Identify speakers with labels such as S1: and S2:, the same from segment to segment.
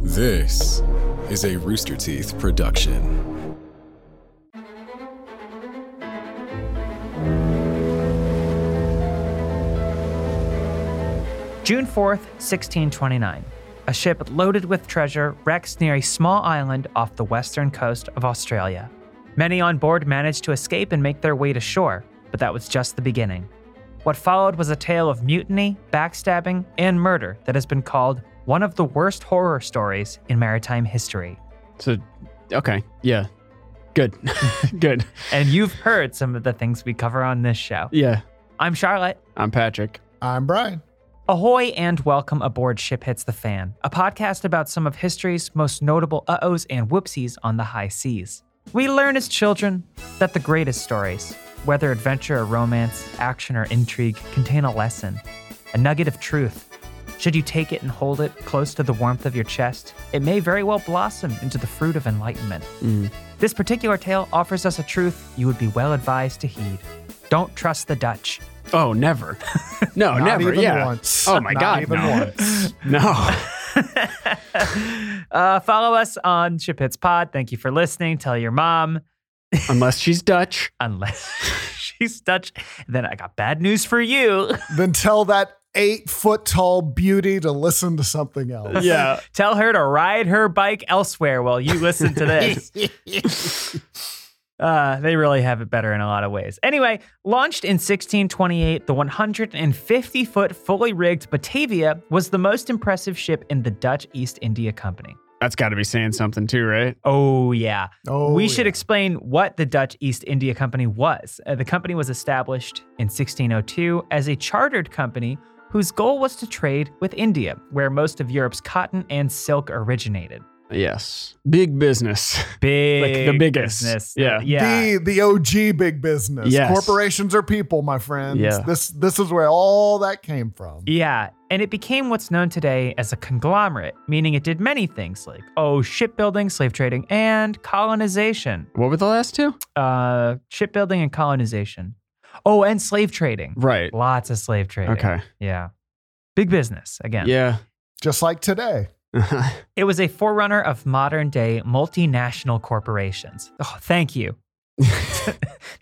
S1: This is a Rooster Teeth production.
S2: June 4th, 1629. A ship loaded with treasure wrecks near a small island off the western coast of Australia. Many on board managed to escape and make their way to shore, but that was just the beginning. What followed was a tale of mutiny, backstabbing, and murder that has been called one of the worst horror stories in maritime history.
S3: So, okay, yeah, good, good,
S2: And you've heard some of the things we cover on this show.
S3: yeah.
S2: I'm Charlotte.
S3: I'm Patrick.
S4: I'm Brian.
S2: Ahoy and welcome aboard Ship Hits the Fan, a podcast about some of history's most notable uh ohs and whoopsies on the high seas. We learn as children that the greatest stories, whether adventure or romance, action or intrigue, contain a lesson, a nugget of truth. Should you take it and hold it close to the warmth of your chest, it may very well blossom into the fruit of enlightenment. This particular tale offers us a truth you would be well advised to heed. Don't trust the Dutch.
S3: Oh, never. No,
S4: Not
S3: never.
S4: even
S3: yeah.
S4: once.
S3: Oh my
S4: Not
S3: God.
S4: even
S3: no.
S4: once.
S3: No.
S2: Uh, follow us on Ship Hits Pod. Thank you for listening. Tell your mom,
S3: Unless she's Dutch.
S2: unless she's Dutch. Then I got bad news for you.
S4: Then tell that eight foot tall beauty to listen to something else.
S3: Yeah.
S2: Tell her to ride her bike elsewhere while you listen to this. Uh, they really have it better in a lot of ways. Anyway, launched in 1628, the 150 foot fully rigged Batavia was the most impressive ship in the Dutch East India Company.
S3: That's got to be saying something too, right?
S2: Oh, yeah.
S4: Oh,
S2: we should
S4: yeah.
S2: explain what the Dutch East India Company was. Uh, the company was established in 1602 as a chartered company whose goal was to trade with India, where most of Europe's cotton and silk originated.
S3: Yes. Big business.
S2: Big,
S3: biggest.
S2: business.
S3: Yeah.
S2: yeah.
S4: The the OG big business.
S3: Yes.
S4: Corporations are people, my friends.
S3: Yeah.
S4: This this is where all that came from.
S2: Yeah, and it became what's known today as a conglomerate, meaning it did many things like, oh, shipbuilding, slave trading, and colonization.
S3: What were the last two?
S2: Uh, shipbuilding and colonization. Oh, and slave trading.
S3: Right.
S2: Lots of slave trading.
S3: Okay.
S2: Yeah. Big business again.
S3: Yeah. Uh-huh.
S4: Just like today.
S2: It was a forerunner of modern day multinational corporations. Oh, thank you.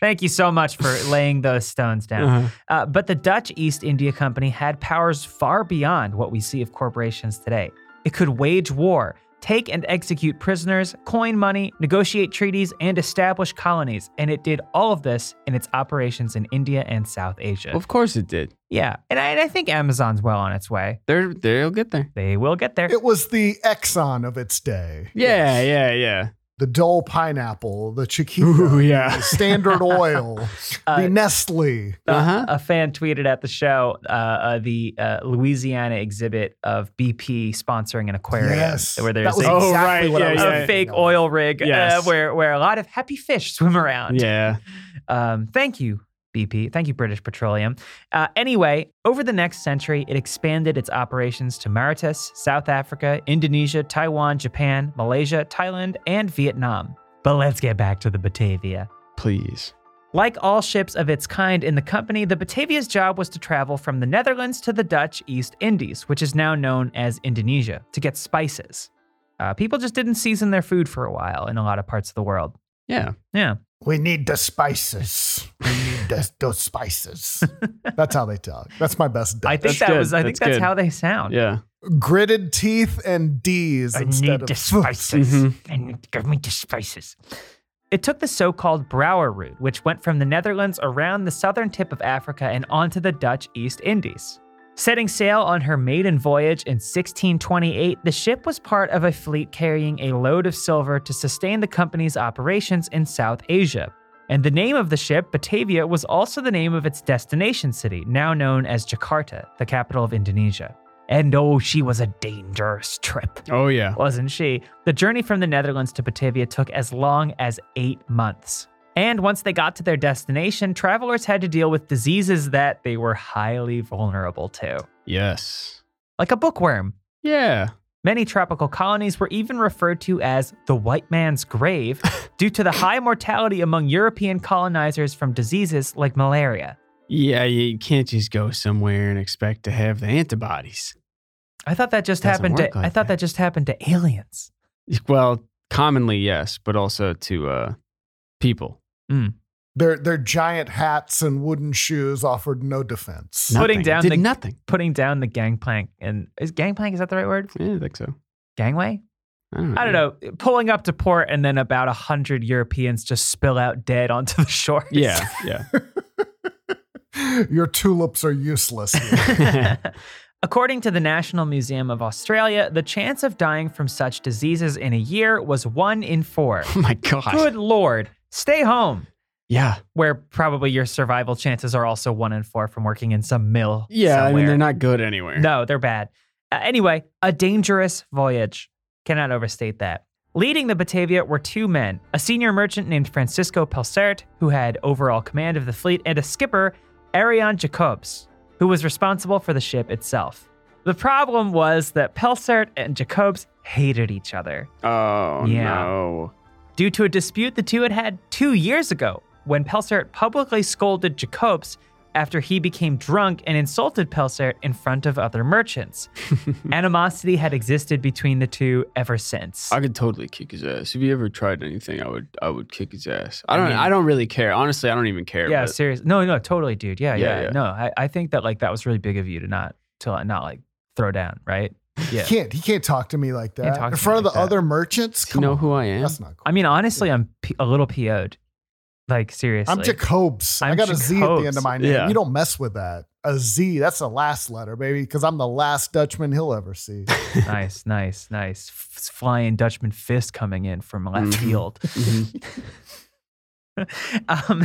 S2: thank you so much for laying those stones down.
S3: Uh-huh.
S2: Uh, but the Dutch East India Company had powers far beyond what we see of corporations today. It could wage war, take and execute prisoners, coin money, negotiate treaties, and establish colonies. And it did all of this in its operations in India and South Asia.
S3: Of course it did.
S2: Yeah. And I, and I think Amazon's well on its way.
S3: They're, they'll get there.
S2: They will get there.
S4: It was the Exxon of its day.
S3: Yeah. Yeah. Yeah.
S4: The Dole Pineapple, the Chiquita,
S3: Ooh, yeah.
S4: the Standard Oil,
S2: Uh,
S4: the Nestle.
S3: Uh huh.
S2: a fan tweeted at the show uh, uh, the uh, Louisiana exhibit of BP sponsoring an aquarium,
S4: Yes.
S2: where
S4: that
S2: there's
S4: was
S2: a,
S3: Oh,
S4: exactly
S3: right,
S4: what I
S3: yeah,
S4: was
S2: a
S3: yeah,
S4: thinking
S2: fake
S4: of.
S2: oil rig uh,
S3: Yes.
S2: where where a lot of happy fish swim around.
S3: Yeah.
S2: Um, thank you, BP. Thank you, British Petroleum. Uh, anyway, over the next century, it expanded its operations to Mauritius, South Africa, Indonesia, Taiwan, Japan, Malaysia, Thailand, and Vietnam. But let's get back to the Batavia.
S3: Please.
S2: Like all ships of its kind in the company, the Batavia's job was to travel from the Netherlands to the Dutch East Indies, which is now known as Indonesia, to get spices. Uh, people just didn't season their food for a while in a lot of parts of the world.
S3: Yeah.
S2: Yeah.
S4: We need the spices. We need the, the spices. That's how they talk. That's my best.
S2: I think
S4: Dutch.
S3: That's
S2: that
S3: good.
S2: was I think
S3: That's
S2: that's
S3: good.
S2: how they sound.
S3: Yeah.
S4: Gritted teeth and D's
S2: I
S4: instead
S2: need
S4: of
S2: the spices.
S3: Mhm.
S2: And give me the spices. It took the so called Brouwer route, which went from the Netherlands around the southern tip of Africa and onto the Dutch East Indies. Setting sail on her maiden voyage in 1628, the ship was part of a fleet carrying a load of silver to sustain the company's operations in South Asia. And the name of the ship, Batavia, was also the name of its destination city, now known as Jakarta, the capital of Indonesia. And oh, she was a dangerous trip
S3: Oh, yeah.
S2: wasn't she? The journey from the Netherlands to Batavia took as long as eight months. And once they got to their destination, travelers had to deal with diseases that they were highly vulnerable to,
S3: Yes.
S2: like a bookworm.
S3: Yeah.
S2: Many tropical colonies were even referred to as the white man's grave due to the high mortality among European colonizers from diseases like malaria.
S3: Yeah, you can't just go somewhere and expect to have the antibodies.
S2: I thought that just
S3: Doesn't
S2: happened to.
S3: work like
S2: I thought
S3: that.
S2: that just happened to aliens.
S3: Well, commonly yes, but also to uh, people.
S4: Their their giant hats and wooden shoes offered no defense.
S2: Putting
S3: Nothing.
S2: down
S3: Did
S2: the-
S3: nothing.
S2: Putting down the gangplank and is gangplank is that the right word?
S3: Yeah, I think so.
S2: Gangway?
S3: I don't know.
S2: I don't know. Pulling up to port and then about a hundred Europeans just spill out dead onto the shore.
S3: Yeah, yeah.
S4: Your tulips are useless. here.
S2: According to the National Museum of Australia, the chance of dying from such diseases in a year was one in four.
S3: oh my god.
S2: Good lord. Stay home,
S3: Yeah.
S2: where probably your survival chances are also one in four from working in some mill.
S3: Yeah, I mean
S2: somewhere.
S3: they're not good anywhere.
S2: No, they're bad. Uh, anyway, a dangerous voyage. Cannot overstate that. Leading the Batavia were two men a senior merchant named Francisco Pelsert, who had overall command of the fleet, and a skipper, Arion Jacobs, who was responsible for the ship itself. The problem was that Pelsert and Jacobs hated each other
S3: Oh
S2: Yeah.
S3: no.
S2: due to a dispute the two had had two years ago when Pelsert publicly scolded Jacobs after he became drunk and insulted Pelsert in front of other merchants. Animosity had existed between the two ever since.
S3: I could totally kick his ass. If he ever tried anything, I would I would kick his ass. I don't I,
S2: mean-
S3: don't really care. Honestly, I don't even care.
S2: yeah,
S3: but-
S2: serious. No, no, totally, dude. Yeah, yeah.
S3: Yeah, yeah.
S2: No, I, I think that like that was really big of you to not to not like throw down, right? Yeah.
S4: He can't he can't talk to me like
S2: Can't
S4: that
S2: talk
S4: in
S2: to me
S4: front of the
S2: like that.
S4: other merchants.
S3: Do you
S4: Come
S3: know
S4: on,
S3: who I am?
S4: that's not cool.
S2: I mean, honestly, I'm p- a little PO'd. Like seriously.
S4: I'm Jacobs. i
S2: I'm
S4: got a Z at the end
S2: Jacobs.
S4: of my name.
S3: Yeah.
S4: You don't mess with that. A Z. That's the last letter, baby, because I'm the last Dutchman he'll ever see.
S2: nice, nice, nice. F- flying Dutchman fist coming in from left
S3: Mhm.
S2: field.
S3: Mhm.
S2: um,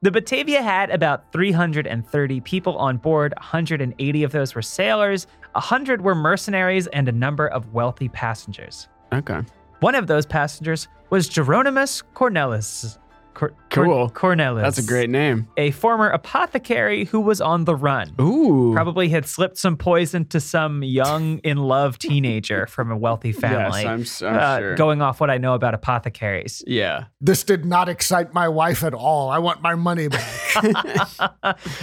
S2: the Batavia had about 330 people on board. 180 of those were sailors, 100 were mercenaries, and a number of wealthy passengers.
S3: Okay.
S2: One of those passengers was Geronimus Cornelis. Cor- Cor-
S3: Cool.
S2: Cornelis.
S3: That's a great name.
S2: A former apothecary who was on the run.
S3: Ooh.
S2: Probably had slipped some poison to some young, in love teenager from a wealthy family.
S3: Yes, I'm, s- I'm
S2: uh,
S3: sure.
S2: Going off what I know about apothecaries.
S3: yeah.
S4: this did not excite my wife at all. I want my money back.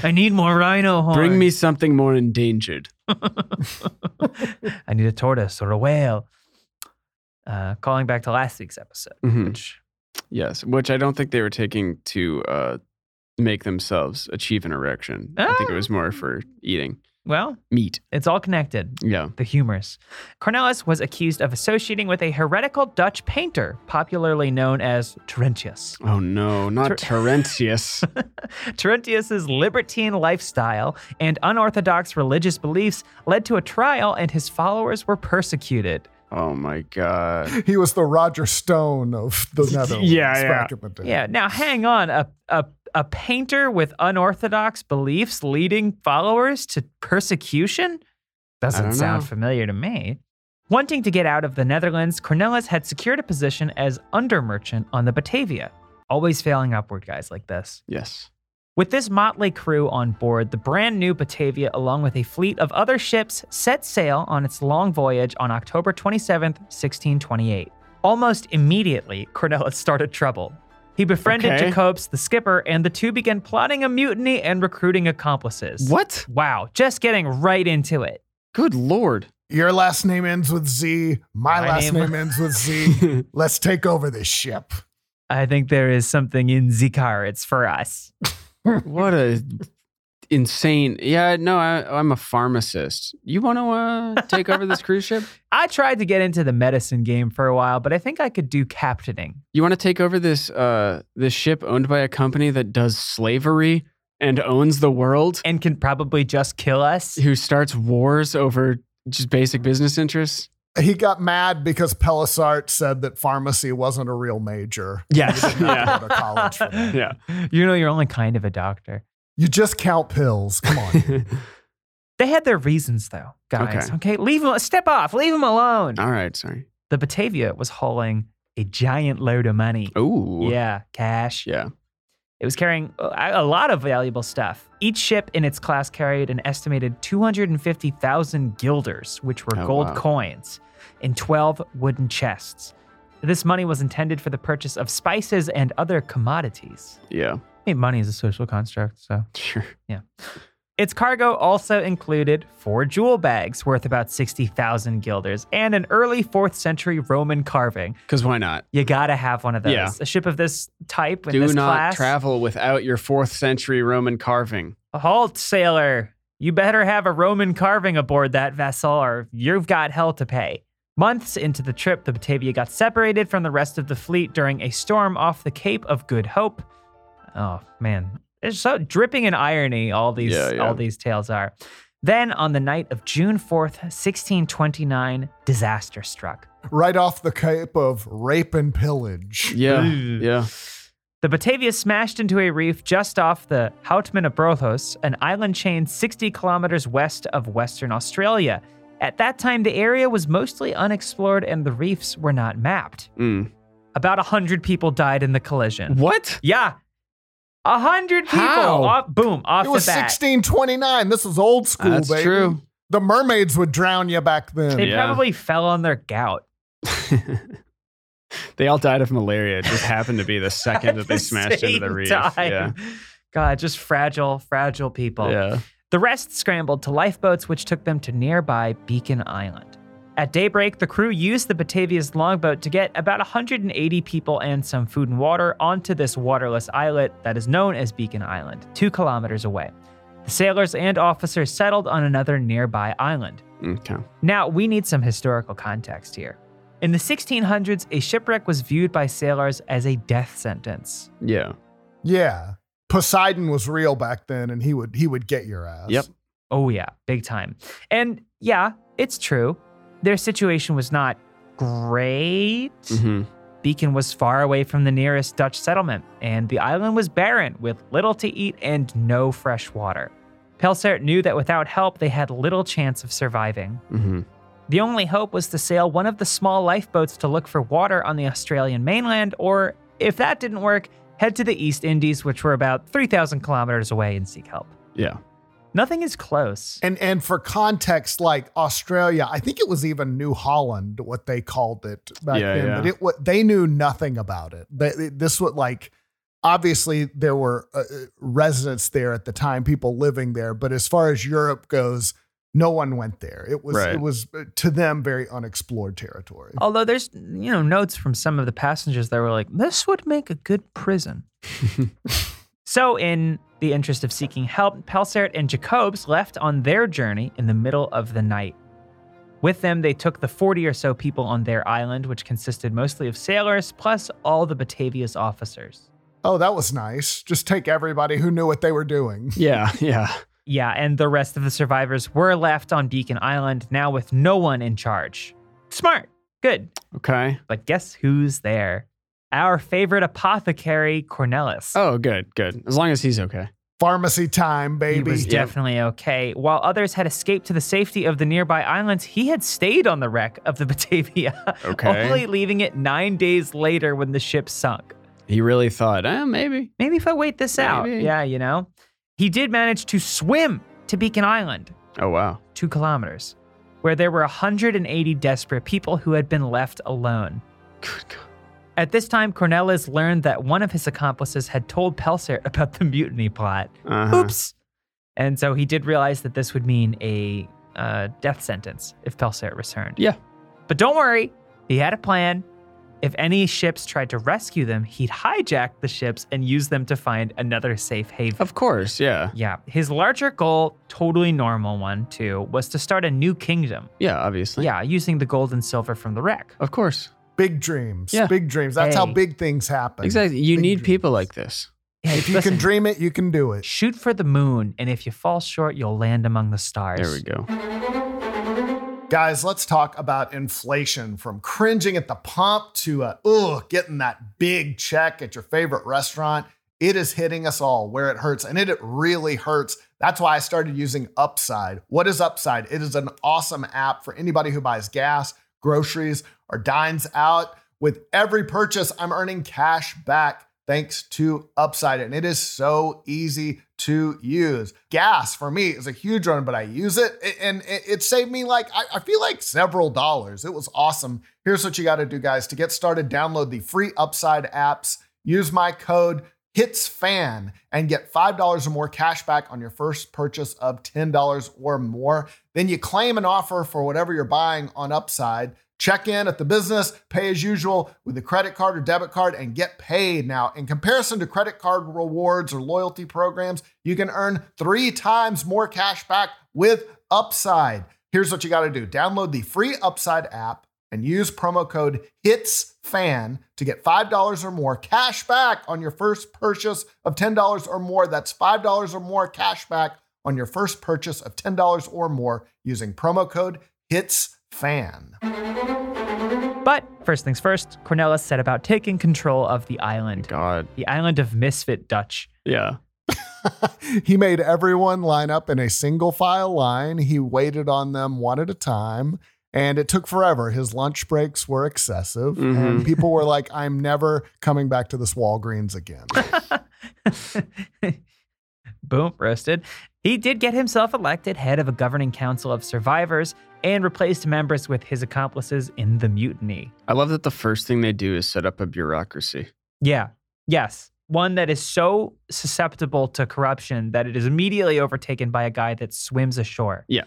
S2: I need more rhino horn.
S3: Bring me something more endangered.
S2: I need a tortoise or a whale. Uh, calling back to last week's episode,
S3: Mhm.
S2: which
S3: Yes, which I don't think they were taking to uh, make themselves achieve an erection. I think it was more for eating
S2: well,
S3: meat.
S2: it's all connected.
S3: Yeah.
S2: The humors. Cornelis was accused of associating with a heretical Dutch painter, popularly known as Terentius.
S3: Oh no, not Terentius.
S2: Terentius's libertine lifestyle and unorthodox religious beliefs led to a trial, and his followers were persecuted.
S3: oh my god.
S4: he was the Roger Stone of the Netherlands.
S3: Yeah, yeah.
S4: back in the day.
S2: Yeah. Now, hang on. A a a painter with unorthodox beliefs leading followers to persecution
S3: I
S2: doesn't
S3: don't
S2: sound
S3: know.
S2: familiar to me. Wanting to get out of the Netherlands, Cornelis had secured a position as undermerchant on the Batavia. Always failing upward, guys like this.
S3: Yes.
S2: With this motley crew on board, the brand new Batavia, along with a fleet of other ships, set sail on its long voyage on October 27, 1628. Almost immediately, Cornelis started trouble. He befriended
S3: Okay.
S2: Jacobs, the skipper, and the two began plotting a mutiny and recruiting accomplices.
S3: What?
S2: Wow, just getting right into it.
S3: Good lord.
S4: Your last name ends with Z. My,
S2: My
S4: last
S2: name-
S4: name. ends with Z. Let's take over this ship.
S2: I think there is something in the cards for us.
S3: What a insane. Yeah, no, I, I'm a pharmacist. You want to uh, take over this cruise ship?
S2: I tried to get into the medicine game for a while, but I think I could do captaining.
S3: You want to take over this uh this ship owned by a company that does slavery and owns the world?
S2: And can probably just kill us.
S3: who starts wars over just basic business interests?
S4: He got mad because Pelissart said that pharmacy wasn't a real major.
S3: Yes. yeah.
S4: Go to college for that.
S3: Yeah.
S2: You know, you're only kind of a doctor.
S4: You just count pills. Come on.
S2: They had their reasons, though, guys.
S3: Okay. Uh.
S2: Okay, leave them. Step off. Leave them alone.
S3: All right. Sorry.
S2: The Batavia was hauling a giant load of money.
S3: Ooh.
S2: Yeah, cash.
S3: Yeah.
S2: It was carrying a a lot of valuable stuff. Each ship in its class carried an estimated 250,000 guilders, which were
S3: Oh,
S2: gold
S3: wow.
S2: coins, in 12 wooden chests. This money was intended for the purchase of spices and other commodities.
S3: Yeah.
S2: I mean, money is a social construct, so
S3: Sure.
S2: Its cargo also included four jewel bags worth about 60,000 guilders and an early 4th century Roman carving.
S3: Because why not?
S2: You gotta have one of those.
S3: Yeah.
S2: A ship of this type in
S3: Do
S2: this
S3: not
S2: class.
S3: travel without your fourth century Roman carving.
S2: Halt, sailor. You better have a Roman carving aboard that vessel, or you've got hell to pay. Months into the trip, the Batavia got separated from the rest of the fleet during a storm off the Cape of Good Hope. Oh man, it's so dripping in irony. All these
S3: Yeah, yeah.
S2: all these tales are. Then on the night of June fourth, sixteen twenty nine, disaster struck.
S4: Right off the cape of rape and pillage.
S3: Yeah,
S2: Ugh.
S3: yeah.
S2: The Batavia smashed into a reef just off the Houtman of Brothos, an island chain 60 kilometers west of Western Australia. At that time, the area was mostly unexplored and the reefs were not mapped.
S3: Mm.
S2: About 100 people died in the collision.
S3: What?
S2: Yeah. 100 people.
S3: How?
S2: Off, boom, off
S4: It was
S2: the bat.
S4: 1629. This was old school,
S3: Ah, That's
S4: baby.
S3: true.
S4: The mermaids would drown you back
S2: They
S4: then.
S3: Yeah.
S2: probably fell on their gout.
S3: they all died of malaria. It just happened to be the second that they smashed into the
S2: same
S3: reef. Yeah.
S2: time. God, just fragile, fragile people.
S3: Yeah.
S2: The rest scrambled to lifeboats, which took them to nearby Beacon Island. At daybreak, the crew used the Batavia's longboat to get about 180 people and some food and water onto this waterless islet that is known as Beacon Island, two kilometers away. The sailors and officers settled on another nearby island.
S3: Okay.
S2: Now, we need some historical context here. In the 1600s, a shipwreck was viewed by sailors as a death sentence.
S3: Yeah.
S4: Yeah. Poseidon was real back then and he would he would get your ass.
S3: Yep.
S2: Oh, yeah, big time. And yeah, it's true. Their situation was not great.
S3: hmm
S2: Beacon was far away from the nearest Dutch settlement, and the island was barren with little to eat and no fresh water. Pelsert knew that without help, they had little chance of surviving.
S3: hmm
S2: The only hope was to sail one of the small lifeboats to look for water on the Australian mainland, or if that didn't work, head to the East Indies, which were about 3,000 kilometers away, and seek help.
S3: Yeah.
S2: Nothing is close.
S4: And and for context, like Australia, I think it was even New Holland what they called it back
S3: Yeah,
S4: then.
S3: yeah.
S4: But it wa- they knew nothing about it. They, they- this was like obviously there were uh, uh, residents there at the time, people living there. But as far as Europe goes, no one went there. It was
S3: Right.
S4: it was uh, to them very unexplored territory.
S2: Although there's, you know, notes from some of the passengers that were like, this would make a good prison. so, in the interest of seeking help, Pelsert and Jacobs left on their journey in the middle of the night. With them, they took the 40 or so people on their island, which consisted mostly of sailors plus all the Batavia's officers.
S4: Oh, that was nice. Just take everybody who knew what they were doing.
S3: Yeah. Yeah.
S2: Yeah, and the rest of the survivors were left on Beacon Island, now with no one in charge. Smart. Good.
S3: Okay.
S2: But guess who's there? Our favorite apothecary, Cornelis.
S3: Oh, good. Good. As long as he's okay.
S4: Pharmacy time,
S2: he
S4: baby.
S2: was
S3: Yep.
S2: definitely okay. While others had escaped to the safety of the nearby islands, he had stayed on the wreck of the Batavia,
S3: Okay.
S2: only leaving it nine days later when the ship sunk.
S3: He really thought, eh, maybe.
S2: Maybe if I wait this out.
S3: Maybe.
S2: Yeah, you know? He did manage to swim to Beacon Island,
S3: Oh, wow.
S2: two kilometers, where there were 180 desperate people who had been left alone.
S3: Good God.
S2: At this time, Cornelis learned that one of his accomplices had told Pelsert about the mutiny plot.
S3: Uh-huh.
S2: Oops. And so he did realize that this would mean a uh, death sentence if Pelsert returned.
S3: Yeah.
S2: But don't worry, he had a plan. If any ships tried to rescue them, he'd hijack the ships and use them to find another safe haven.
S3: Of course. Yeah.
S2: yeah. His larger goal, totally normal one too, was to start a new kingdom.
S3: Yeah. Obviously.
S2: Yeah, using the gold and silver from the wreck.
S3: Of course.
S4: Big dreams.
S3: Yeah.
S4: Big dreams. That's how
S2: Hey.
S4: big things happen.
S3: Exactly. You
S4: Big
S3: need
S4: dreams.
S3: people like this.
S2: Hey,
S4: If you
S2: listen,
S4: can dream it, you can do it.
S2: shoot for the moon, and if you fall short, you'll land among the stars.
S3: There we go.
S4: Guys, let's talk about inflation from cringing at the pump to, uh, ugh, getting that big check at your favorite restaurant. It is hitting us all where it hurts, and it, it really hurts. That's why I started using Upside. What is Upside? It is an awesome app for anybody who buys gas, groceries, or dines out. With every purchase, I'm earning cash back thanks to Upside, and it is so easy to use. Gas for me is a huge one, but I use it a- and it it saved me like, I I feel like several dollars. It was awesome. Here's what you got to do, guys. To get started, download the free Upside apps, use my code hits fan and get $5 or more cash back on your first purchase of $10 or more. Then you claim an offer for whatever you're buying on Upside. Check in at the business, pay as usual with a credit card or debit card, and get paid. Now, in comparison to credit card rewards or loyalty programs, you can earn three times more cash back with Upside. Here's what you got to do download the free Upside app and use promo code HITSFAN to get $5 or more cash back on your first purchase of $10 or more. That's $5 or more cash back on your first purchase of $10 or more using promo code HITSFAN.
S2: But first things first, Cornelis set about taking control of the island,
S3: God.
S2: the island of misfit Dutch.
S3: Yeah.
S4: he made everyone line up in a single file line. He waited on them one at a time, and it took forever. His lunch breaks were excessive,
S3: Mm-hmm.
S4: and people were like, "I'm never coming back to this Walgreens again."
S2: Boom, roasted. He did get himself elected head of a governing council of survivors and replaced members with his accomplices in the mutiny.
S3: I love that the first thing they do is set up a bureaucracy.
S2: Yeah. Yes. One that is so susceptible to corruption that it is immediately overtaken by a guy that swims ashore.
S3: Yeah.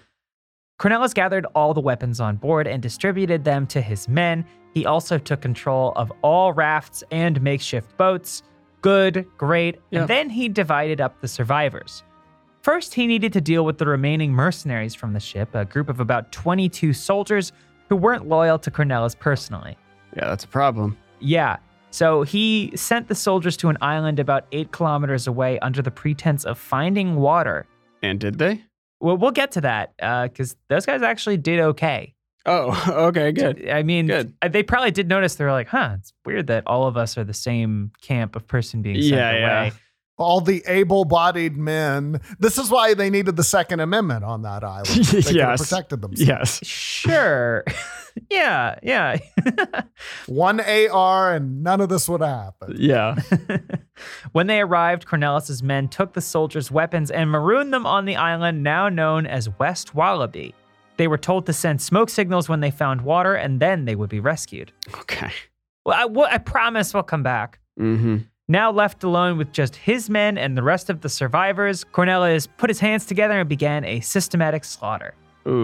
S2: Cornelis gathered all the weapons on board and distributed them to his men. He also took control of all rafts and makeshift boats. Good, great.
S3: Yeah.
S2: And then he divided up the survivors. First, he needed to deal with the remaining mercenaries from the ship, a group of about 22 soldiers who weren't loyal to Cornelis personally.
S3: Yeah, that's a problem.
S2: Yeah. So he sent the soldiers to an island about eight kilometers away under the pretense of finding water.
S3: And did they?
S2: Well, we'll get to that because those guys actually did okay.
S3: Oh, okay, good.
S2: I mean,
S3: Good.
S2: uh, they probably did notice. They were like, huh, it's weird that all of us are the same camp of person being sent
S3: Yeah, yeah.
S2: away.
S4: All the able-bodied men. This is why they needed the Second Amendment on that island. They could have
S3: yes.
S4: protected themselves.
S3: Yes.
S2: Sure. yeah, yeah.
S4: One AR, and none of this would happen.
S3: Yeah.
S2: when they arrived, Cornelis's men took the soldiers' weapons and marooned them on the island now known as West Wallaby. They were told to send smoke signals when they found water, and then they would be rescued.
S3: Okay.
S2: Well, I, well, I promise we'll come back.
S3: Mm-hmm.
S2: Now left alone with just his men and the rest of the survivors, Cornelis put his hands together and began a systematic slaughter.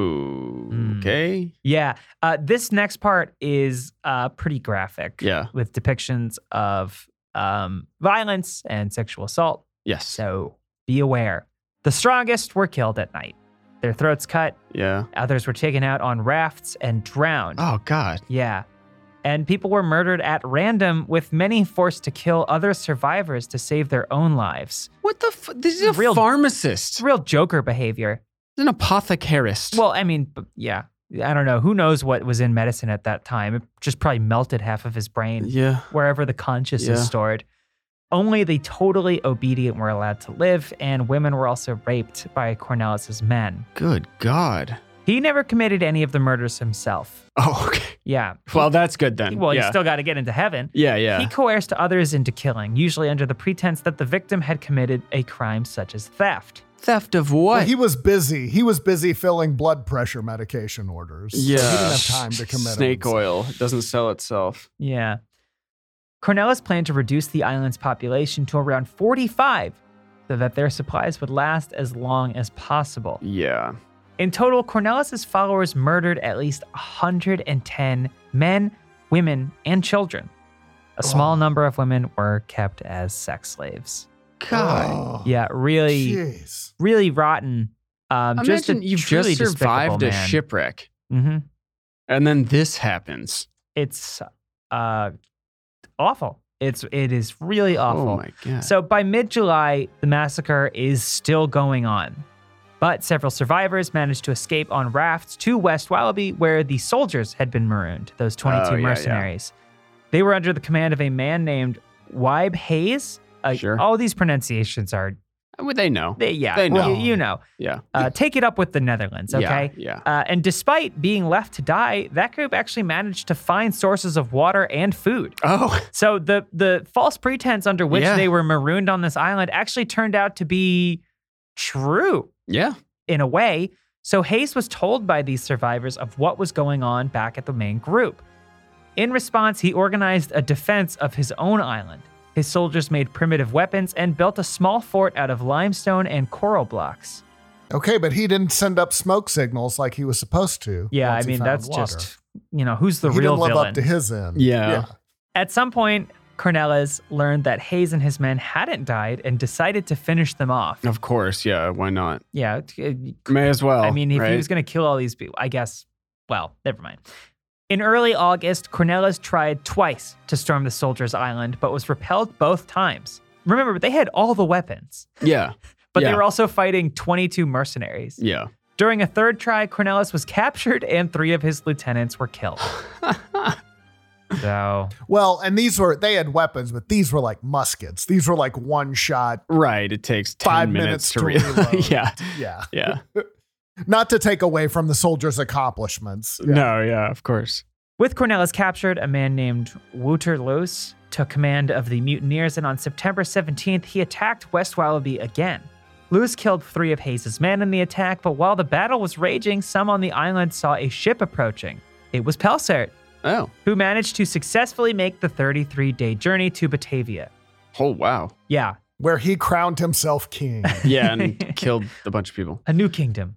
S3: Ooh. Okay.
S2: Yeah, uh, this next part is uh, pretty graphic.
S3: Yeah.
S2: with depictions of um, violence and sexual assault.
S3: Yes.
S2: So be aware. The strongest were killed at night, their throats cut,
S3: yeah.
S2: others were taken out on rafts and drowned.
S3: Oh God.
S2: Yeah. And people were murdered at random, with many forced to kill other survivors to save their own lives.
S3: What the? F- this is a
S2: Real-
S3: pharmacist.
S2: It's real Joker behavior.
S3: He's an apothecarist.
S2: Well, I mean, b- yeah. I don't know. Who knows what was in medicine at that time? It just probably melted half of his brain.
S3: yeah.
S2: wherever the conscious
S3: Yeah.
S2: is stored. Only the totally obedient were allowed to live, and women were also raped by Cornelis's men.
S3: Good God.
S2: He never committed any of the murders himself.
S3: Oh, okay.
S2: Yeah.
S3: Well, that's good then.
S2: Well,
S3: yeah.
S2: you still got to get into heaven.
S3: yeah, yeah.
S2: He coerced others into killing, usually under the pretense that the victim had committed a crime such as theft.
S3: Theft of what?
S4: Well, he was busy. He was busy filling blood pressure medication orders.
S3: yeah.
S4: he didn't have time to commit
S3: Snake
S4: himself.
S3: oil. It doesn't sell itself.
S2: Yeah. Cornelis planned to reduce the island's population to around 45 so that their supplies would last as long as possible.
S3: Yeah.
S2: In total, Cornelis's followers murdered at least 110 men, women, and children. A small number of women were kept as sex slaves.
S3: God.
S4: Oh,
S2: Yeah, really,
S4: Jeez.
S2: really rotten. Um,
S3: Imagine
S2: just a
S3: you've
S2: truly
S3: just survived
S2: despicable
S3: a
S2: man.
S3: shipwreck,
S2: Mhm.
S3: and then this happens.
S2: It's uh, awful. It's it is really awful.
S3: Oh my God.
S2: So by mid July, the massacre is still going on. But several survivors managed to escape on rafts to West Wallaby, where the soldiers had been marooned, those 22
S3: Oh, yeah, yeah.
S2: mercenaries. They were under the command of a man named Wybe Hayes. Uh,
S3: Sure.
S2: All these pronunciations are,
S3: Would they know?
S2: they, yeah,
S3: They know.
S2: You, you know.
S3: yeah.
S2: Uh, take it up with the Netherlands,
S3: Yeah,
S2: okay?
S3: Yeah.
S2: Uh, and despite being left to die, that group actually managed to find sources of water and food.
S3: Oh.
S2: So the the false pretense under which
S3: Yeah.
S2: they were marooned on this island actually turned out to be true
S3: Yeah.
S2: in a way. So Hayes was told by these survivors of what was going on back at the main group. In response, he organized a defense of his own island. His soldiers made primitive weapons and built a small fort out of limestone and coral blocks.
S4: Okay, but he didn't send up smoke signals like he was supposed to.
S2: Yeah, I
S4: once he
S2: mean,
S4: found
S2: that's
S4: water.
S2: just, you know, who's the
S4: he
S2: real
S4: didn't live
S2: villain?
S4: up to his end.
S3: Yeah.
S2: At some point, Cornelis learned that Hayes and his men hadn't died and decided to finish them off.
S3: Of course, yeah. Why not?
S2: Yeah. it-
S3: May as well.
S2: I
S4: Oh,
S2: mean, if
S3: right?
S2: he was going to kill all these people, I guess, well, never mind. In early August, Cornelis tried twice to storm the soldiers' island, but was repelled both times. Remember, they had all the weapons,
S3: yeah,
S2: but they
S3: Yeah.
S2: were also fighting 22 mercenaries.
S3: yeah.
S2: During a third try, Cornelis was captured and three of his lieutenants were killed. so,
S4: Well, and these were they had weapons, but these were like muskets. These were like one shot.
S3: Right. It takes ten
S4: Five minutes
S3: minutes,
S4: to
S3: to, re-
S4: reload.
S3: yeah,
S4: Yeah.
S3: yeah.
S4: Not to take away from the soldiers' accomplishments.
S3: No, yeah. Of course.
S2: With Cornelis captured, a man named Wouter Loos took command of the mutineers, and on September 17th, he attacked West Wallaby again. Loos killed three of Hayes' men in the attack, but while the battle was raging, some on the island saw a ship approaching. It was Pelsert,
S3: Oh,
S2: who managed to successfully make the 33 day journey to Batavia.
S3: oh wow.
S2: Yeah,
S4: Where he crowned himself king.
S3: Yeah, and killed a bunch of people.
S2: a new kingdom.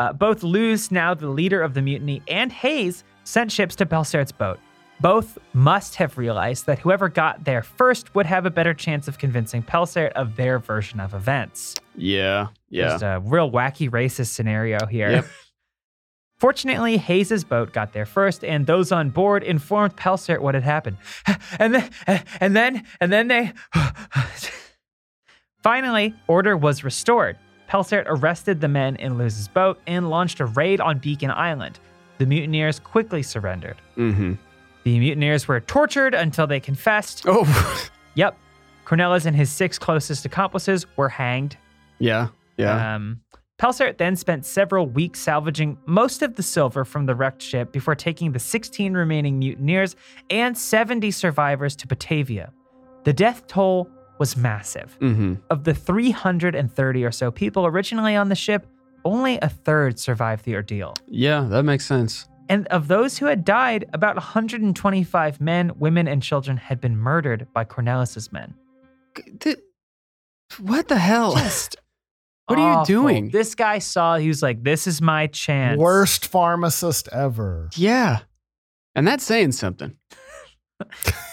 S2: Uh, both Luz, now the leader of the mutiny, and Hayes sent ships to Belsert's boat. Both must have realized that whoever got there first would have a better chance of convincing Pelsert of their version of events.
S3: Yeah, yeah.
S2: Just a real wacky racist scenario here.
S3: Yep.
S2: Fortunately, Hayes's boat got there first, and those on board informed Pelsert what had happened. And then, and then, and then they. Finally, order was restored. Pelsert arrested the men in Luz's boat and launched a raid on Beacon Island. The mutineers quickly surrendered.
S3: Mm-hmm.
S2: The mutineers were tortured until they confessed.
S3: Oh,
S2: Yep. Cornelis and his six closest accomplices were hanged
S3: yeah, yeah.
S2: um, Pelsert then spent several weeks salvaging most of the silver from the wrecked ship before taking the 16 remaining mutineers and 70 survivors to Batavia. The death toll was massive.
S3: mm-hmm.
S2: Of the 330 or so people originally on the ship, only a third survived the ordeal.
S3: Yeah, that makes sense.
S2: And of those who had died, about 125 men, women, and children had been murdered by Cornelis's men.
S3: what the hell? What are you
S2: Awful.
S3: doing?
S2: This guy saw, he was like, this is my chance.
S4: Worst pharmacist ever.
S3: Yeah, and that's saying something.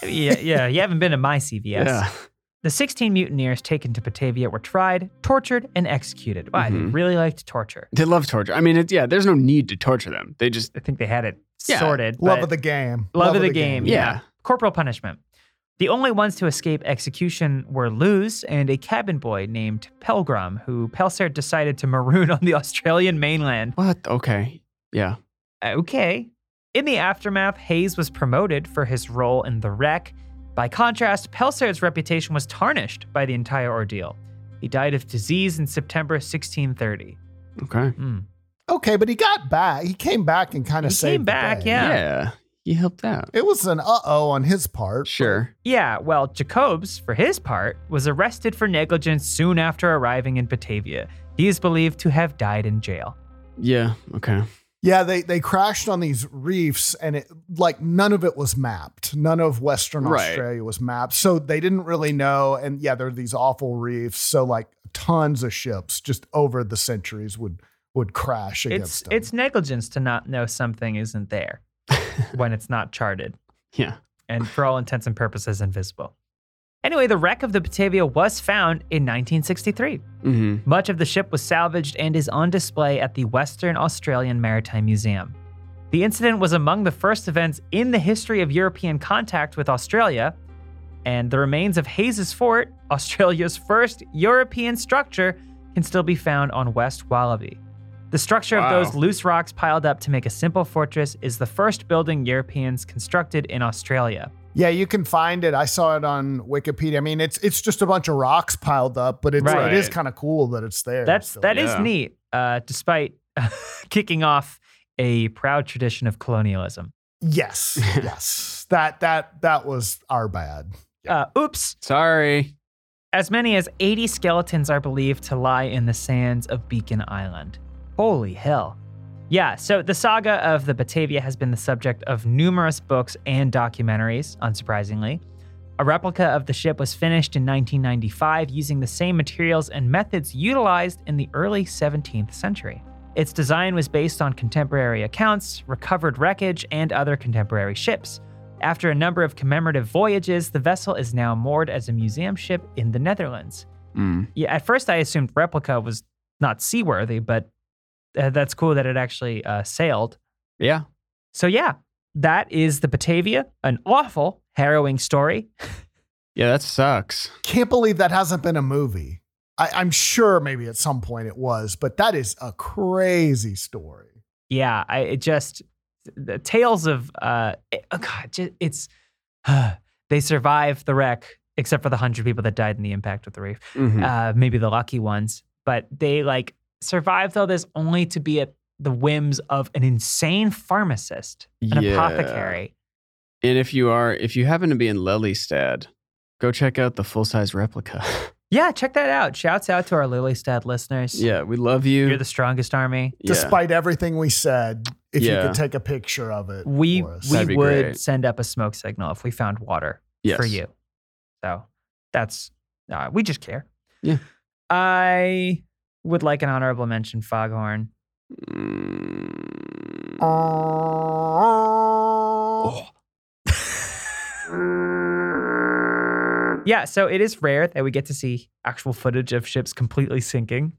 S2: yeah, yeah. You haven't been to my CVS.
S3: Yeah.
S2: The 16 mutineers taken to Batavia were tried, tortured, and executed. Wow, they
S3: Mhm.
S2: really liked torture.
S3: They love torture. I mean, it, yeah, there's no need to torture them. They just,
S2: I think they had it
S3: Yeah.
S2: sorted.
S4: Love
S2: but
S4: of the game.
S2: love, of the, game.
S3: Yeah.
S2: Corporal punishment. The only ones to escape execution were Luz and a cabin boy named Pelgrim, who Pelser decided to maroon on the Australian mainland.
S3: what? Okay. Yeah.
S2: Okay. In the aftermath, Hayes was promoted for his role in the wreck. By contrast, Pelsert's reputation was tarnished by the entire ordeal. He died of disease in September 1630.
S3: Okay.
S2: Hmm.
S4: Okay, but he got back. He came back and kind of
S2: He
S4: saved.
S2: came
S4: the
S2: back,
S4: day.
S2: Yeah.
S3: He helped out.
S4: It was an uh oh on his part.
S3: Sure.
S2: Yeah, well, Jacobs, for his part, was arrested for negligence soon after arriving in Batavia. He is believed to have died in jail.
S3: Yeah. Okay.
S4: Yeah, they they crashed on these reefs and it like none of it was mapped. None of Western
S3: Right.
S4: Australia was mapped. So they didn't really know and yeah, there are these awful reefs. So like tons of ships just over the centuries would would crash
S2: It's
S4: against them.
S2: it's negligence to not know something isn't there when it's not charted.
S3: Yeah.
S2: and for all intents and purposes invisible. Anyway, the wreck of the Batavia was found in 1963.
S3: Mm-hmm.
S2: Much of the ship was salvaged and is on display at the Western Australian Maritime Museum. The incident was among the first events in the history of European contact with Australia, and the remains of Hayes's Fort, Australia's first European structure, can still be found on West Wallaby. The structure
S3: Wow.
S2: of those loose rocks piled up to make a simple fortress is the first building Europeans constructed in Australia.
S4: yeah, you can find it. I saw it on Wikipedia. I mean, it's it's just a bunch of rocks piled up, but it's
S2: Right.
S4: it is kind of cool that it's there.
S2: That's
S4: still.
S2: that is
S3: Yeah.
S2: neat, uh, despite kicking off a proud tradition of colonialism.
S4: Yes. yes. That that that was our bad.
S2: Uh, oops!
S3: Sorry.
S2: As many as 80 skeletons are believed to lie in the sands of Beacon Island. Holy hell! Yeah, so the saga of the Batavia has been the subject of numerous books and documentaries, unsurprisingly. A replica of the ship was finished in 1995 using the same materials and methods utilized in the early 17th century. Its design was based on contemporary accounts, recovered wreckage, and other contemporary ships. After a number of commemorative voyages, the vessel is now moored as a museum ship in the Netherlands.
S3: Mm.
S2: Yeah, at first I assumed replica was not seaworthy, but uh, that's cool that it actually uh, sailed.
S3: Yeah.
S2: So yeah, that is the Batavia, an awful, harrowing story.
S3: Yeah, that sucks.
S4: Can't believe that hasn't been a movie. I, I'm sure maybe at some point it was, but that is a crazy story.
S2: Yeah, I it just the tales of uh it- oh god, ju- it's they survive the wreck except for the 100 people that died in the impact of the reef.
S3: Mhm.
S2: uh, maybe the lucky ones, but they like survived all this only to be at the whims of an insane pharmacist, an
S3: Yeah.
S2: apothecary.
S3: And if you are, if you happen to be in Lelystad, go check out the full size replica.
S2: Yeah, check that out. Shouts out to our Lilystad listeners.
S3: yeah, we love you.
S2: You're the strongest army.
S3: Yeah.
S4: Despite everything we said, if you
S3: Yeah.
S4: could take a picture of it,
S2: We
S4: for us.
S3: That'd
S2: we
S3: be
S2: would
S3: great.
S2: send up a smoke signal if we found water
S3: Yes.
S2: for you. So that's uh, we just care.
S3: Yeah.
S2: I would like an honorable mention, Foghorn.
S3: Mm.
S2: Yeah, so it is rare that we get to see actual footage of ships completely sinking.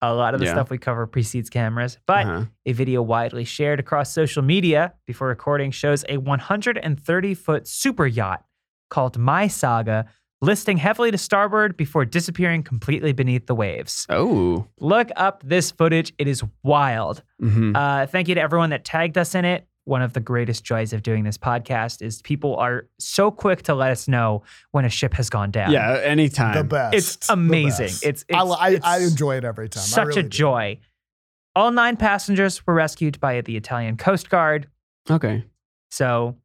S2: A lot of the
S3: Yeah.
S2: stuff we cover precedes cameras, but
S3: Uh-huh.
S2: a video widely shared across social media before recording shows a 130 foot super yacht called My Saga listing heavily to starboard before disappearing completely beneath the waves.
S3: Oh.
S2: Look up this footage, it is wild.
S3: Mhm.
S2: Uh, thank you to everyone that tagged us in it. One of the greatest joys of doing this podcast is people are so quick to let us know when a ship has gone down.
S3: yeah, anytime.
S4: the best.
S2: It's
S4: The
S2: amazing.
S4: best.
S2: It's, it's,
S4: I, I,
S2: it's
S4: I enjoy it every time. I
S2: such
S4: really
S2: a
S4: do.
S2: joy. All nine passengers were rescued by the Italian Coast Guard.
S3: Okay.
S2: So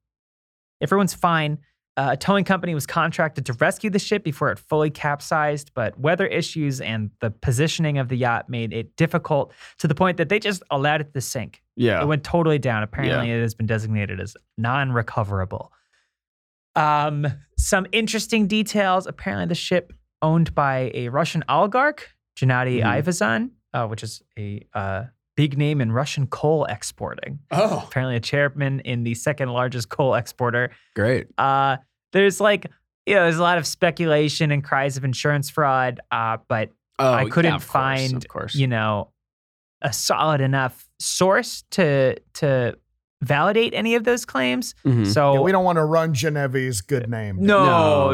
S2: everyone's fine. Uh, a towing company was contracted to rescue the ship before it fully capsized, but weather issues and the positioning of the yacht made it difficult to the point that they just allowed it to sink.
S3: Yeah.
S2: It went totally down. Apparently, it has been designated as non recoverable. Um, some interesting details. Apparently, the ship owned by a Russian oligarch, Gennady
S3: Mhm.
S2: Ivazan, uh, which is a uh, big name in Russian coal exporting.
S3: oh,
S2: Apparently, a chairman in the second largest coal exporter.
S3: great.
S2: Uh, there's like, you know, there's a lot of speculation and cries of insurance fraud, uh, but
S3: Oh,
S2: I
S3: yeah,
S2: couldn't
S3: of course,
S2: find,
S3: Of course.
S2: you know a solid enough source to to validate any of those claims.
S3: Mhm.
S2: So
S4: Yeah, we don't want to run Genevieve's good name.
S3: No,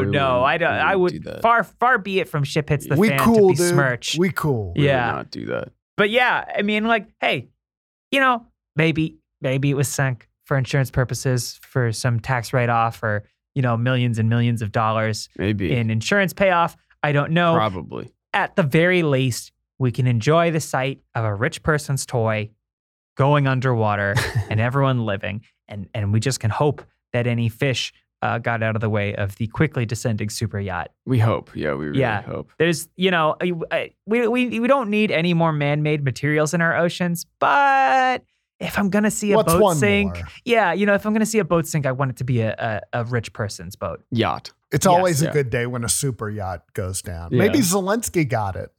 S2: no, no,
S3: we wouldn't-
S2: I don't.
S3: we
S2: I would
S3: wouldn't do that.
S2: far far be it from ship hits the
S4: we
S2: fan
S4: cool,
S2: to
S4: dude.
S2: besmirch.
S4: We cool.
S3: We would
S2: yeah.
S3: not do that.
S2: but yeah, I mean, like, hey, you know, maybe maybe it was sunk for insurance purposes for some tax write off or you know millions and millions of dollars
S3: Maybe.
S2: in oh. insurance payoff. I don't know.
S3: Probably.
S2: at the very least, we can enjoy the sight of a rich person's toy going underwater and everyone living. And, and we just can hope that any fish uh, got out of the way of the quickly descending super yacht.
S3: We hope. Yeah, we really
S2: Yeah.
S3: hope.
S2: There's, you know, I- I- we, we, we don't need any more man made materials in our oceans, but if I'm going to see a
S4: What's
S2: boat
S4: one
S2: sink,
S4: more?
S2: yeah, you know, if I'm going to see a boat sink, I want it to be a, a, a rich person's boat.
S3: Yacht.
S4: It's
S2: Yes,
S4: always
S3: yeah.
S4: a good day when a super yacht goes down.
S3: Yeah.
S4: Maybe Zelensky got it.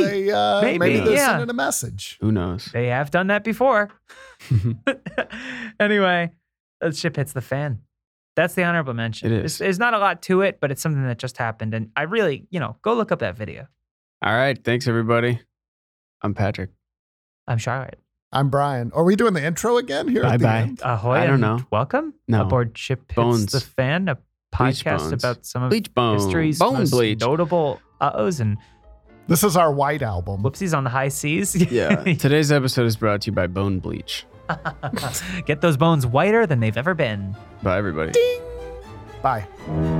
S2: Hey,
S4: they uh,
S2: maybe,
S4: maybe, they're
S2: yeah.
S4: sending a message.
S3: Who knows?
S2: They have done that before. anyway, the ship hits the fan. That's the honorable mention.
S3: It
S2: There's-
S3: is.
S2: There's not a lot to it, but it's something that just happened. And I really, you know, go look up that video.
S3: All right. Thanks, everybody. I'm Patrick.
S2: I'm Charlotte.
S4: I'm Brian. Are we doing the intro again here? at the
S3: Bye-bye.
S4: end?
S2: Ahoy.
S3: I
S2: and
S3: don't know.
S2: Welcome
S3: No.
S2: aboard Ship Hits
S3: Bones.
S2: the Fan, a podcast
S3: bones.
S2: about some of
S3: Bleach bone.
S2: history's
S3: bone
S2: most
S3: bleach.
S2: notable uh-ohs and
S4: This is our white album.
S2: whoopsies on the high seas.
S3: yeah. Today's episode is brought to you by Bone Bleach.
S2: Get those bones whiter than they've ever been.
S3: Bye, everybody.
S4: Bye.